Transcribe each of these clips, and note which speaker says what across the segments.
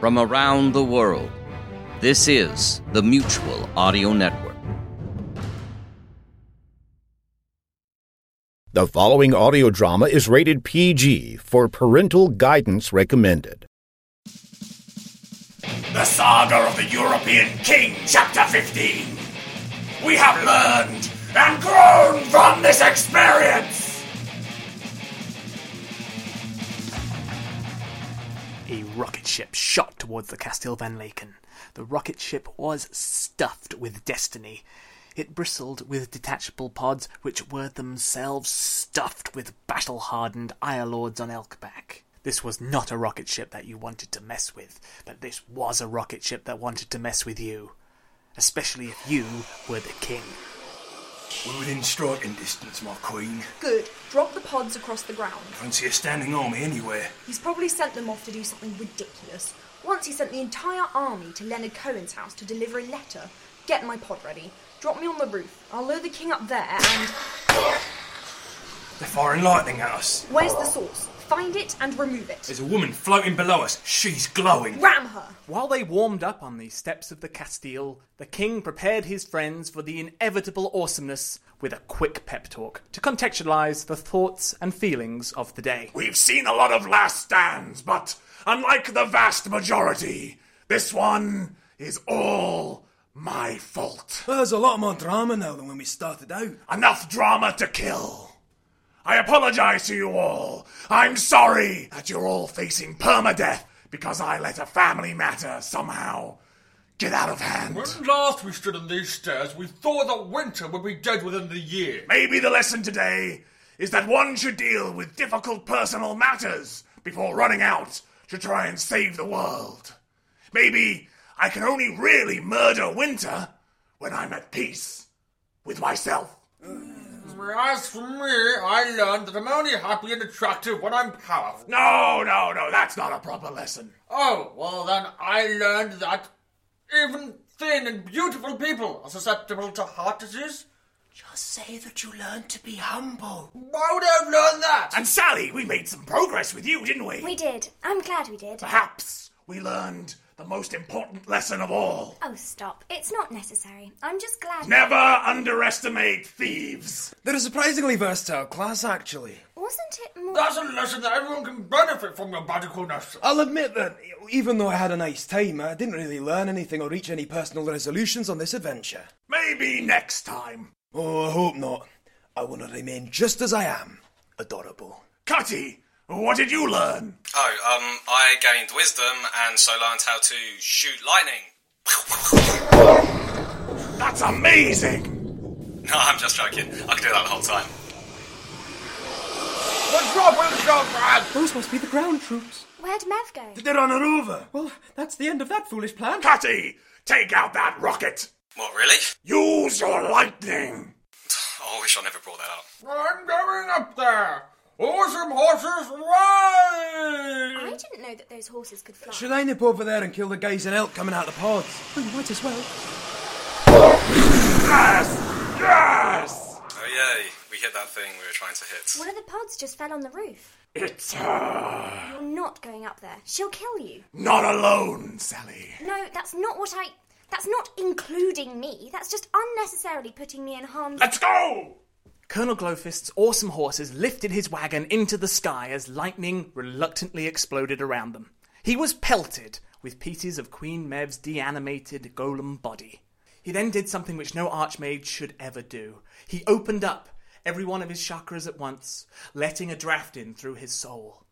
Speaker 1: from around the world. This is the Mutual Audio Network.
Speaker 2: The following audio drama is rated PG for parental guidance recommended.
Speaker 3: The Saga of the European King, Chapter 15. We have learned and grown from this experience.
Speaker 4: A rocket ship shot towards the Castel van Laken. The rocket ship was stuffed with destiny. It bristled with detachable pods which were themselves stuffed with battle hardened Irelords on Elkback. This was not a rocket ship that you wanted to mess with, but this was a rocket ship that wanted to mess with you. Especially if you were the king.
Speaker 5: We're within striking distance, my queen.
Speaker 6: Good. Drop the pods across the ground.
Speaker 5: Don't see a standing army anywhere.
Speaker 6: He's probably sent them off to do something ridiculous. Once he sent the entire army to Leonard Cohen's house to deliver a letter. Get my pod ready. Drop me on the roof. I'll lure the king up there and.
Speaker 5: They're firing lightning at us.
Speaker 6: Where's the source? Find it and remove it.
Speaker 5: There's a woman floating below us. She's glowing.
Speaker 6: Ram her!
Speaker 4: While they warmed up on the steps of the Castile, the king prepared his friends for the inevitable awesomeness with a quick pep talk to contextualize the thoughts and feelings of the day.
Speaker 3: We've seen a lot of last stands, but unlike the vast majority, this one is all my fault.
Speaker 5: There's a lot more drama now than when we started out.
Speaker 3: Enough drama to kill. I apologize to you all. I'm sorry that you're all facing permadeath because I let a family matter somehow get out of hand.
Speaker 7: When last we stood on these stairs, we thought that winter would be dead within the year.
Speaker 3: Maybe the lesson today is that one should deal with difficult personal matters before running out to try and save the world. Maybe I can only really murder Winter when I'm at peace with myself.
Speaker 7: As for me, I learned that I'm only happy and attractive when I'm powerful.
Speaker 3: No, no, no, that's not a proper lesson.
Speaker 7: Oh, well then, I learned that even thin and beautiful people are susceptible to heart disease.
Speaker 3: Just say that you learned to be humble.
Speaker 7: Why would I have learned that?
Speaker 3: And Sally, we made some progress with you, didn't we?
Speaker 8: We did. I'm glad we did.
Speaker 3: Perhaps we learned the most important lesson of all.
Speaker 8: Oh, stop. It's not necessary. I'm just glad.
Speaker 3: Never underestimate thieves.
Speaker 5: They're a surprisingly versatile class, actually.
Speaker 8: Wasn't it more.
Speaker 7: That's a lesson that everyone can benefit from your radicalness.
Speaker 5: I'll admit that, even though I had a nice time, I didn't really learn anything or reach any personal resolutions on this adventure.
Speaker 3: Maybe next time.
Speaker 5: Oh, I hope not. I want to remain just as I am. Adorable.
Speaker 3: Cutty, what did you learn?
Speaker 9: Oh, um, I gained wisdom and so learned how to shoot lightning.
Speaker 3: That's amazing!
Speaker 9: No, I'm just joking. I could do that the whole time.
Speaker 7: What's wrong with your friend?
Speaker 10: Those must be the ground troops.
Speaker 8: Where'd Mev go?
Speaker 5: They're on a rover.
Speaker 10: Well, that's the end of that foolish plan.
Speaker 3: Cutty, take out that rocket!
Speaker 9: What, really?
Speaker 3: Use your lightning!
Speaker 9: Oh, I wish I never brought that up.
Speaker 7: I'm going up there. Awesome horses, ride!
Speaker 8: I didn't know that those horses could fly.
Speaker 5: Should I nip over there and kill the guys in elk coming out of the pods?
Speaker 10: Well, you might as well.
Speaker 3: Yes! Yes!
Speaker 9: Oh, yay. We hit that thing we were trying to hit.
Speaker 8: One of the pods just fell on the roof.
Speaker 3: It's her!
Speaker 8: You're not going up there. She'll kill you.
Speaker 3: Not alone, Sally.
Speaker 8: No, that's not what I. That's not including me. That's just unnecessarily putting me in harm's.
Speaker 3: Let's go!
Speaker 4: Colonel Glowfist's awesome horses lifted his wagon into the sky as lightning reluctantly exploded around them. He was pelted with pieces of Queen Mev's deanimated golem body. He then did something which no archmage should ever do. He opened up every one of his chakras at once, letting a draft in through his soul.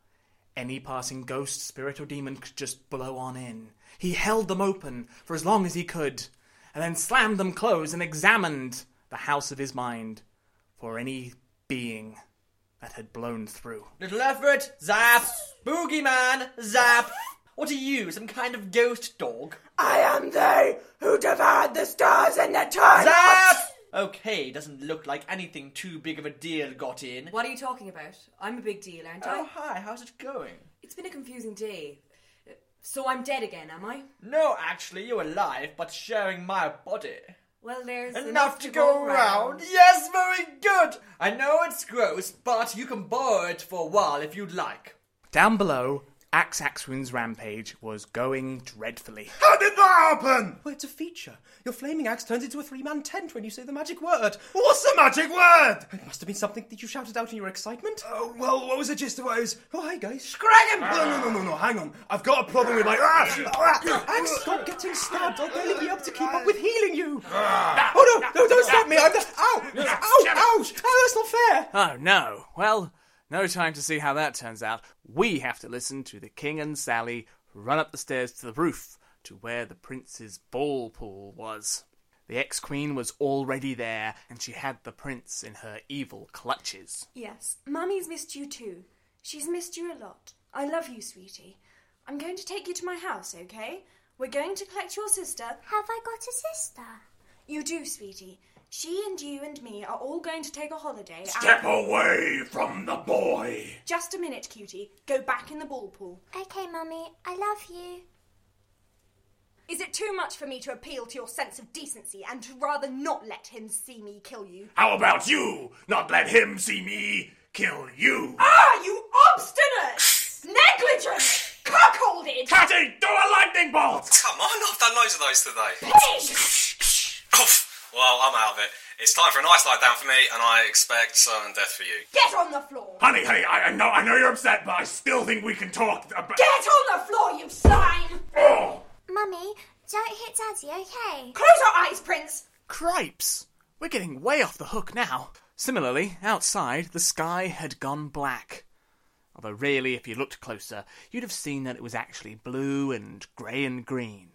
Speaker 4: Any passing ghost, spirit, or demon could just blow on in. He held them open for as long as he could, and then slammed them close and examined the house of his mind for any being that had blown through.
Speaker 11: Little Everett, zap! Boogeyman, zap! What are you, some kind of ghost dog?
Speaker 3: I am they who devoured the stars in the time.
Speaker 11: Zap! Okay, doesn't look like anything too big of a deal got in.
Speaker 12: What are you talking about? I'm a big deal, aren't
Speaker 11: Oh,
Speaker 12: I?
Speaker 11: hi, how's it going?
Speaker 12: It's been a confusing day. Uh, So I'm dead again, am I?
Speaker 11: No, actually, you're alive, but sharing my body.
Speaker 12: Well, there's
Speaker 11: Enough, to go round. Yes, very good! I know it's gross, but you can borrow it for a while if you'd like.
Speaker 4: Down below, Axe Axwin's rampage was going dreadfully.
Speaker 10: How did that happen? Well, it's a feature. Your flaming axe turns into a three-man tent when you say the magic word. What's the magic word? It must have been something that you shouted out in your excitement. Oh, well, what was the gist of what I was... Oh, hi, guys. Scrag
Speaker 5: No, no, no, no, no, hang on. I've got a problem with my. Ah!
Speaker 10: Axe, stop getting stabbed. I'll barely be able to keep up with healing you. Oh, no, no, don't stab me. I'm... the- Ow! Ow! Ouch! Oh, that's not
Speaker 4: Oh
Speaker 10: fair.
Speaker 4: no. Well, no time to see how that turns out. We have to listen to the king and Sally run up the stairs to the roof to where the prince's ball pool was. The ex queen was already there, and she had the prince in her evil clutches.
Speaker 6: Yes, Mummy's missed you too. She's missed you a lot. I love you, sweetie. I'm going to take you to my house, okay? We're going to collect your sister. Have I got a sister? You do, sweetie. She and you and me are all going to take a holiday. and-
Speaker 3: Step away from the boy.
Speaker 6: Just a minute, cutie. Go back in the ball pool.
Speaker 8: Okay, Mummy, I love you.
Speaker 6: Is it too much for me to appeal to your sense of decency and to rather not let him see me kill you?
Speaker 3: How about you not let him see me kill you?
Speaker 12: Ah, you obstinate! negligent! Cuckolded!
Speaker 3: Catty, do a lightning bolt!
Speaker 9: Come on, I've done loads of those today.
Speaker 12: Pig!
Speaker 9: Oof. Well, I'm out of it. It's time for a nice lie down for me, and I expect certain death for you.
Speaker 12: Get on the floor!
Speaker 3: Honey, honey, I, I know, I know you're upset, but I still think we can talk about.
Speaker 12: Get on the floor, you slime!
Speaker 8: Mummy, don't hit Daddy, okay?
Speaker 12: Close your eyes, Prince!
Speaker 4: Cripes! We're getting way off the hook now. Similarly, outside, the sky had gone black. Although, really, if you looked closer, you'd have seen that it was actually blue and grey and green,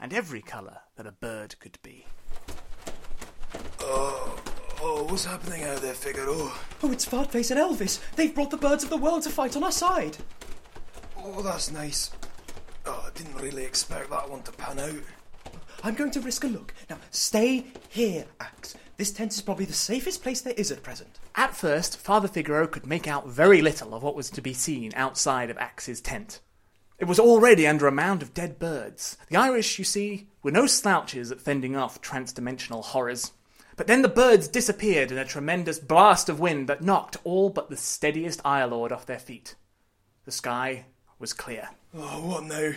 Speaker 4: and every colour that a bird could be.
Speaker 5: Oh, oh, what's happening out there, Figaro?
Speaker 10: Oh, it's Fartface and Elvis. They've brought the birds of the world to fight on our side.
Speaker 5: Oh, that's nice. Oh, I didn't really expect that one to pan out.
Speaker 10: I'm going to risk a look. Now, stay here, Axe. This tent is probably the safest place there is at present.
Speaker 4: At first, Father Figaro could make out very little of what was to be seen outside of Axe's tent. It was already under a mound of dead birds. The Irish, you see, were no slouches at fending off transdimensional horrors. But then the birds disappeared in a tremendous blast of wind that knocked all but the steadiest Ire Lord off their feet. The sky was clear.
Speaker 5: Oh, what now?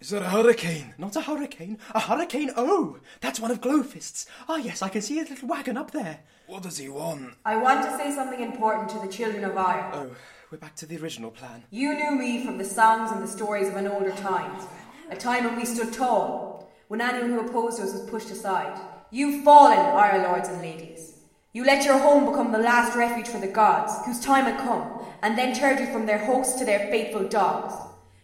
Speaker 5: Is that a hurricane?
Speaker 10: Not a hurricane, a hurricane O! That's one of Glowfist's. Ah, yes, I can see his little wagon up there.
Speaker 5: What does he want?
Speaker 12: I want to say something important to the children of Ire.
Speaker 10: Oh, we're back to the original plan.
Speaker 12: You knew me from the songs and the stories of an older time, a time when we stood tall, when anyone who opposed us was pushed aside. You've fallen, our lords and ladies. You let your home become the last refuge for the gods, whose time had come, and then turned you from their hosts to their faithful dogs.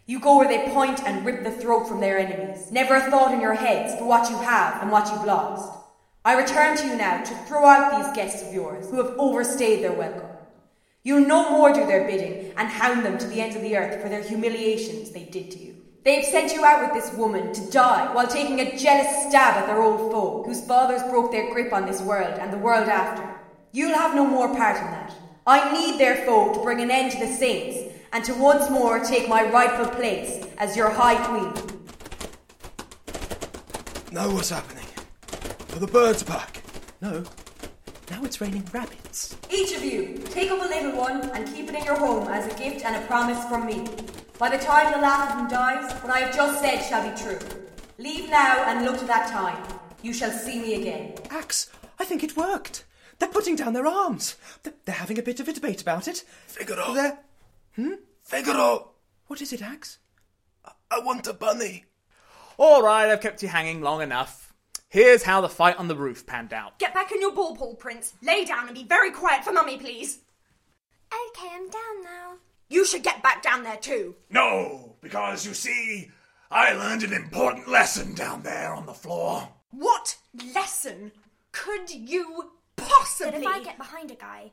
Speaker 12: You go where they point and rip the throat from their enemies, never a thought in your heads for what you have and what you've lost. I return to you now to throw out these guests of yours who have overstayed their welcome. You'll no more do their bidding and hound them to the ends of the earth for their humiliations they did to you. They've sent you out with this woman to die while taking a jealous stab at their old foe, whose fathers broke their grip on this world and the world after. You'll have no more part in that. I need their foe to bring an end to the saints and to once more take my rightful place as your high queen.
Speaker 5: Now what's happening? Are the birds back?
Speaker 10: No, now it's raining rabbits.
Speaker 12: Each of you, take up a little one and keep it in your home as a gift and a promise from me. By the time the last of them dies, what I have just said shall be true. Leave now and look to that time. You shall see me again.
Speaker 10: Axe, I think it worked. They're putting down their arms. Th- They're having a bit of a debate about it.
Speaker 5: Figaro!
Speaker 10: They're. Hmm?
Speaker 5: Figaro!
Speaker 10: What is it, Axe?
Speaker 5: I want a bunny!
Speaker 4: All right, I've kept you hanging long enough. Here's how the fight on the roof panned out.
Speaker 6: Get back in your ball pool, Prince. Lay down and be very quiet for Mummy, please.
Speaker 8: Okay, I'm down now.
Speaker 6: You should get back down there too.
Speaker 3: No, because you see, I learned an important lesson down there on the floor.
Speaker 6: What lesson could you possibly?
Speaker 8: But if I get behind a guy,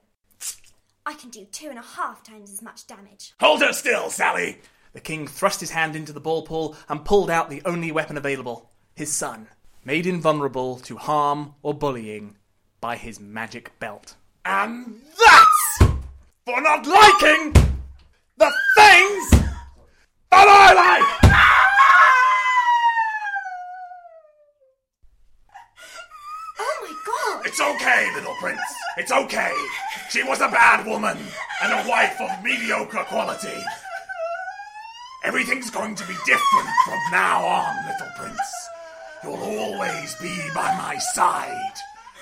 Speaker 8: I can do two and a half times as much damage.
Speaker 3: Hold her still, Sally.
Speaker 4: The king thrust his hand into the ball pool and pulled out the only weapon available his son, made invulnerable to harm or bullying by his magic belt.
Speaker 3: And that's for not liking the things that I like.
Speaker 6: Oh my god!
Speaker 3: It's okay, little prince. It's okay. She was a bad woman and a wife of mediocre quality. Everything's going to be different from now on, little prince. You'll always be by my side.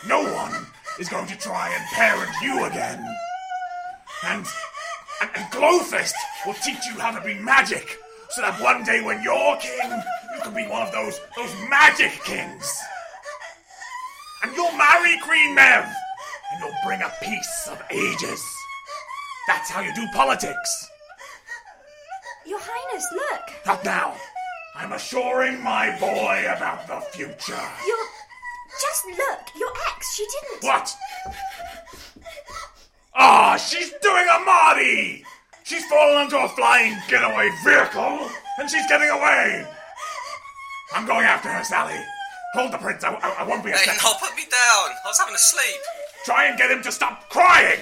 Speaker 3: No one is going to try and parent you again. And, and, and Glowfist will teach you how to be magic, so that one day when you're king, you can be one of those those magic kings. And you'll marry Queen Mev, and you'll bring a peace of ages. That's how you do politics.
Speaker 6: Your Highness, look!
Speaker 3: Not now. I'm assuring my boy about the future.
Speaker 6: Your. Just look! Your ex, she didn't.
Speaker 3: What? Ah, she's doing a Marty! She's fallen into a flying getaway vehicle, and she's getting away! I'm going after her, Sally. Hold the prince, I, I- I won't be a
Speaker 9: Hey,
Speaker 3: second.
Speaker 9: no, put me down. I was having a sleep.
Speaker 3: Try and get him to stop crying!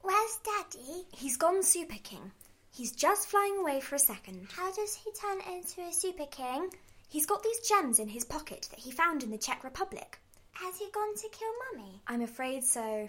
Speaker 8: Where's Daddy?
Speaker 6: He's gone Super King. He's just flying away for a second.
Speaker 8: How does he turn into a super king?
Speaker 6: He's got these gems in his pocket that he found in the Czech Republic.
Speaker 8: Has he gone to kill Mummy?
Speaker 6: I'm afraid so.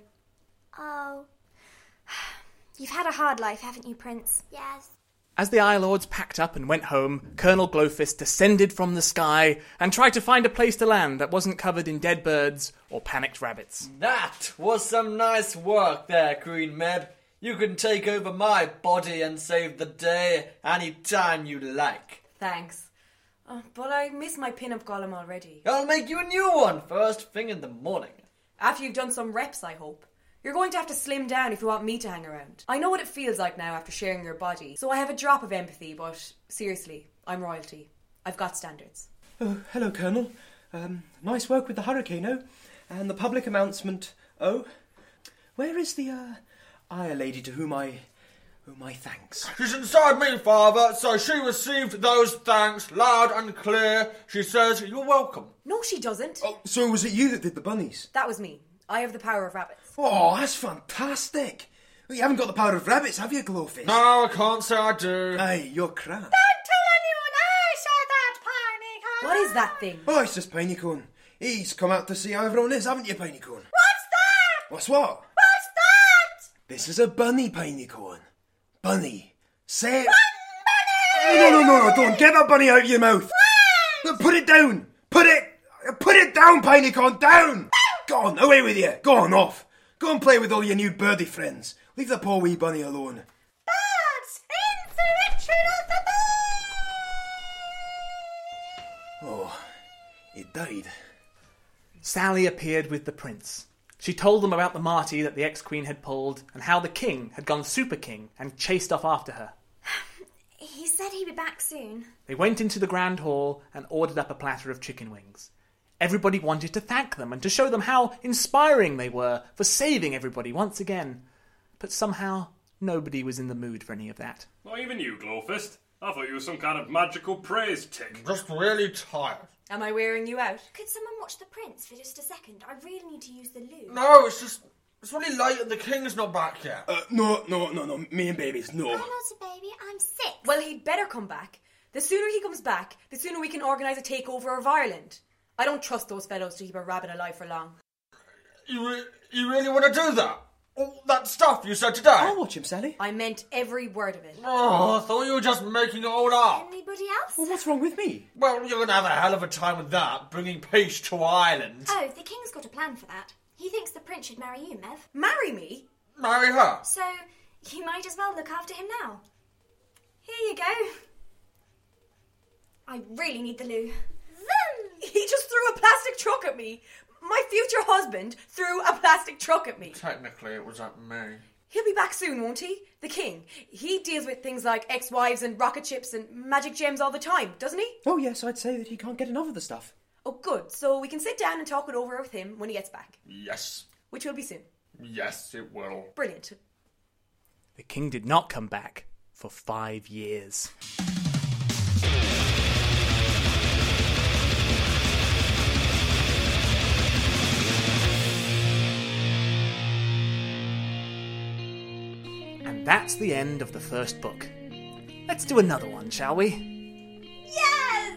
Speaker 8: Oh,
Speaker 6: You've had a hard life, haven't you, Prince?
Speaker 8: yes.
Speaker 4: As the Eye Lords packed up and went home, Colonel Glowfist descended from the sky and tried to find a place to land that wasn't covered in dead birds or panicked rabbits.
Speaker 11: That was some nice work there, Queen Meb. You can take over my body and save the day any time you like.
Speaker 12: Thanks. Oh, but I miss my pin-up column already.
Speaker 11: I'll make you a new one first thing in the morning.
Speaker 12: After you've done some reps, I hope. You're going to have to slim down if you want me to hang around. I know what it feels like now after sharing your body, so I have a drop of empathy, but seriously, I'm royalty. I've got standards.
Speaker 10: Oh, hello, Colonel. Um, nice work with the Hurricano and the public announcement. Oh, where is the uh, Ire lady to whom I, whom I thanks?
Speaker 7: She's inside me, Father, so she received those thanks loud and clear. She says, You're welcome.
Speaker 12: No, she doesn't. Oh.
Speaker 5: So was it you that did the bunnies?
Speaker 12: That was me. I have the power of rabbits.
Speaker 5: Oh, that's fantastic. Well, You haven't got the power of rabbits, have you, Glowfish?
Speaker 7: No, I can't say I do.
Speaker 5: Aye, you're crap.
Speaker 13: Don't tell anyone I saw that piney cone.
Speaker 12: What is that thing?
Speaker 5: Oh, it's just Pineycone. He's come out to see how everyone is, haven't you, Pineycone?
Speaker 13: What's that?
Speaker 5: What's what?
Speaker 13: What's that?
Speaker 5: This is a bunny, Pineycone. Bunny. Say it.
Speaker 13: Bunny!
Speaker 5: No, no, no, no, don't. Get that bunny out of your mouth. No, Put it down. Put it. Put it down, Pineycone. Down. Go on, away with you. Go on, off. Go and play with all your new birdie friends. Leave the poor wee bunny alone.
Speaker 13: Birds! Insurrection of the birds!
Speaker 5: Oh, it died.
Speaker 4: Sally appeared with the prince. She told them about the Marty that the ex queen had pulled and how the king had gone super king and chased off after her.
Speaker 6: He said he'd be back soon.
Speaker 4: They went into the grand hall and ordered up a platter of chicken wings. Everybody wanted to thank them and to show them how inspiring they were for saving everybody once again. But somehow, nobody was in the mood for any of that.
Speaker 14: Not even you, Glowfist. I thought you were some kind of magical praise tick.
Speaker 7: Just really tired.
Speaker 12: Am I wearing you out?
Speaker 6: Could someone watch the prince for just a second? I really need to use the loo.
Speaker 7: No, it's just. It's really late and the king's not back yet.
Speaker 5: Uh, no, no, no, no. Me and babies, no.
Speaker 12: not a baby, I'm sick. Well, he'd better come back. The sooner he comes back, the sooner we can organise a takeover of Ireland. I don't trust those fellows to keep a rabbit alive for long.
Speaker 7: You, re- you really want to do that? All that stuff you said today?
Speaker 5: Oh.
Speaker 7: I'll
Speaker 10: watch him, Sally.
Speaker 12: I meant every word of it.
Speaker 7: Oh, I thought you were just making it all up.
Speaker 6: Anybody else?
Speaker 10: Well, what's wrong with me?
Speaker 7: Well, you're going to have a hell of a time with that, bringing peace to Ireland.
Speaker 6: Oh, the king's got a plan for that. He thinks the prince should marry you, Mev.
Speaker 12: Marry me?
Speaker 7: Marry her.
Speaker 6: So, you might as well look after him now. Here you go. I really need the loo.
Speaker 12: He just threw a plastic truck at me. My future husband threw a plastic truck at me.
Speaker 7: Technically, it was at me.
Speaker 12: He'll be back soon, won't he? The king. He deals with things like ex wives and rocket ships and magic gems all the time, doesn't he?
Speaker 10: Oh yes, I'd say that he can't get enough of the stuff.
Speaker 12: Oh, good. So we can sit down and talk it over with him when he gets back,
Speaker 7: Yes.
Speaker 12: which will be soon.
Speaker 7: Yes, it will.
Speaker 12: Brilliant.
Speaker 4: The king did not come back for five years. And that's the end of the first book. Let's do another one, shall we?
Speaker 13: Yeah!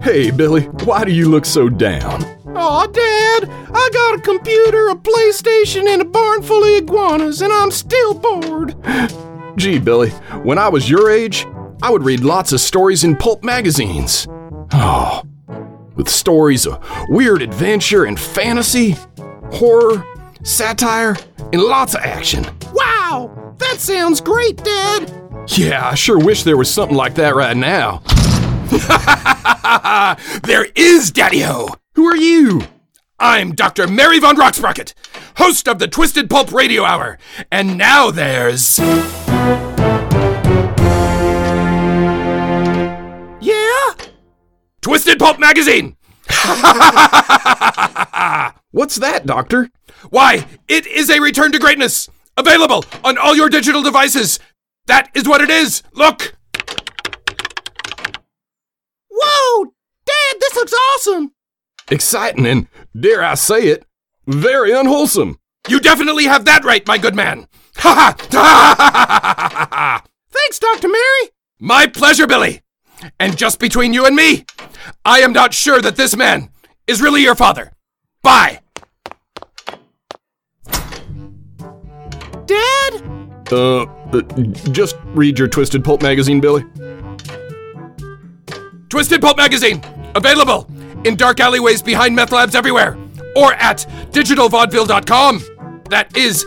Speaker 15: Hey, Billy, why do you look so down?
Speaker 16: Aw, Dad, I got a computer, a PlayStation, and a barn full of iguanas, and I'm still bored.
Speaker 15: Gee, Billy, when I was your age, I would read lots of stories in pulp magazines. Oh, with stories of weird adventure and fantasy, horror, satire, and lots of action.
Speaker 16: Wow, that sounds great, Dad.
Speaker 15: Yeah, I sure wish there was something like that right now. there is, Daddy Ho! Who are you? I'm Dr. Mary Von Rocksprocket, host of the Twisted Pulp Radio Hour. And now there's.
Speaker 16: Yeah?
Speaker 15: Twisted Pulp Magazine! What's that, Doctor? Why, it is a return to greatness! Available on all your digital devices! That is what it is! Look!
Speaker 16: Whoa, Dad, this looks awesome.
Speaker 15: Exciting and, dare I say it, very unwholesome. You definitely have that right, my good man! Ha ha!
Speaker 16: Thanks, Dr. Mary.
Speaker 15: My pleasure, Billy! And just between you and me, I am not sure that this man is really your father. Bye!
Speaker 16: Dad?
Speaker 15: Uh, uh, just read your Twisted Pulp magazine, Billy. Twisted Pulp magazine! Available in dark alleyways behind meth labs everywhere! Or at digitalvaudeville.com! That is